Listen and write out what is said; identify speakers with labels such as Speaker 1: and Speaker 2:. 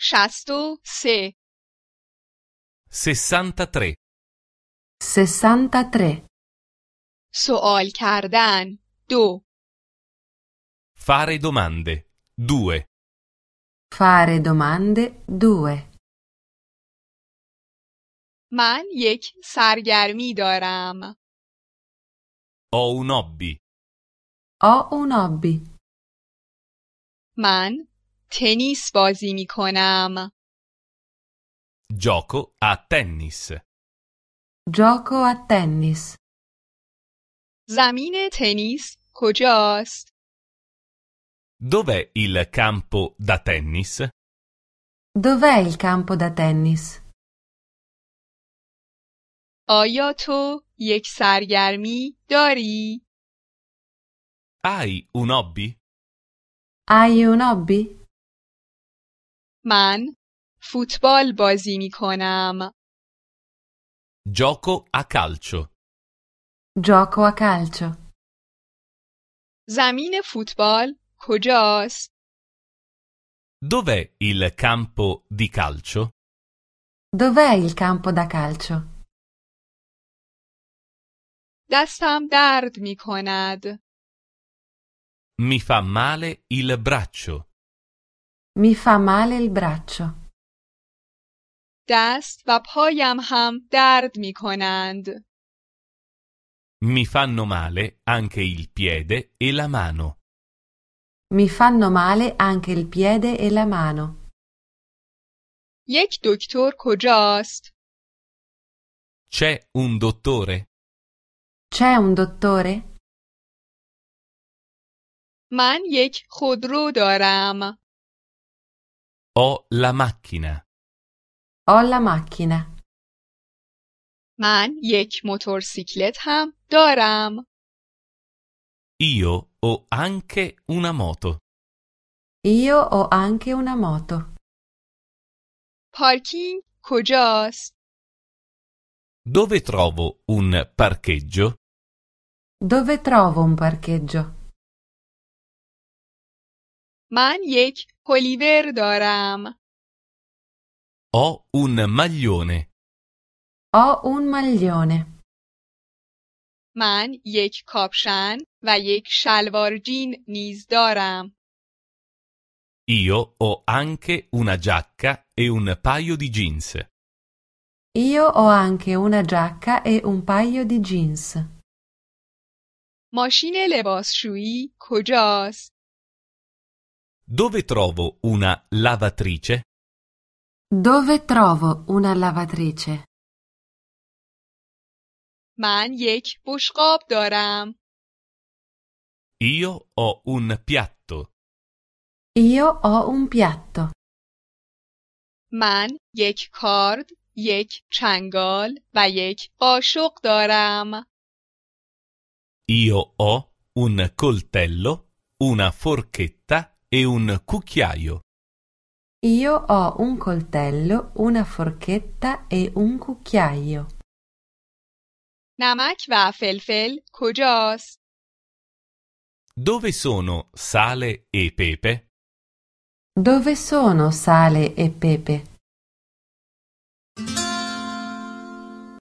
Speaker 1: 66
Speaker 2: 63
Speaker 3: 63.
Speaker 1: سوال کردن دو
Speaker 2: Fare domande. 2.
Speaker 3: Fare domande 2.
Speaker 1: من یک سرگرمی دارم
Speaker 2: Ho un hobby.
Speaker 3: Ho un hobby.
Speaker 1: من تنیس بازی می کنم
Speaker 2: Gioco a tennis.
Speaker 3: Gioco a tennis.
Speaker 1: زمین تنیس کجاست؟
Speaker 2: Dov'è il campo da tennis?
Speaker 3: Dov'è il campo da tennis?
Speaker 1: آیا تو یک سرگرمی داری؟
Speaker 2: Hai un hobby?
Speaker 3: Hai un hobby?
Speaker 1: من فوتبال بازی می کنم
Speaker 2: Gioco a calcio.
Speaker 3: Gioco a calcio.
Speaker 1: زمین فوتبال کجاست؟
Speaker 2: Dov'è il campo di calcio?
Speaker 3: Dov'è il campo da calcio?
Speaker 1: دستم درد می کند
Speaker 2: Mi fa male il braccio.
Speaker 3: Mi fa male il braccio.
Speaker 1: دست و پایم هم درد می کنند
Speaker 2: Mi fanno male anche il piede e la mano.
Speaker 3: Mi fanno male anche il piede e la mano.
Speaker 1: یک دکتر کجاست؟
Speaker 2: C'è un dottore?
Speaker 3: C'è un dottore?
Speaker 1: من یک خودرو دارم
Speaker 2: Ho la macchina.
Speaker 3: Ho la macchina.
Speaker 1: من یک موتورسیکلت هم دارم
Speaker 2: Io ho anche una moto.
Speaker 3: Io ho anche una moto.
Speaker 1: پارکینگ کجاست؟
Speaker 2: Dove trovo un parcheggio?
Speaker 3: Dove trovo un parcheggio?
Speaker 1: من یک پلیور دارم.
Speaker 2: Ho un maglione.
Speaker 3: Ho un maglione.
Speaker 1: من یک کاپشن و یک شلوار جین نیز دارم.
Speaker 2: Io ho anche una giacca e un paio di jeans.
Speaker 3: Io ho anche una giacca e un paio di jeans.
Speaker 1: ماشین لباسشویی کجاست؟
Speaker 2: Dove trovo una lavatrice?
Speaker 3: Dove trovo una lavatrice?
Speaker 1: من یک بشقاب دارم.
Speaker 2: Io ho un piatto.
Speaker 3: Io ho un piatto.
Speaker 1: من یک کارد، یک چنگال و یک قاشق دارم.
Speaker 2: Io ho un coltello, una forchetta e un cucchiaio.
Speaker 3: Io ho un coltello, una forchetta e un cucchiaio.
Speaker 1: نمک و فلفل کجاست؟
Speaker 2: Dove sono sale e pepe?
Speaker 3: Dove sono sale e pepe?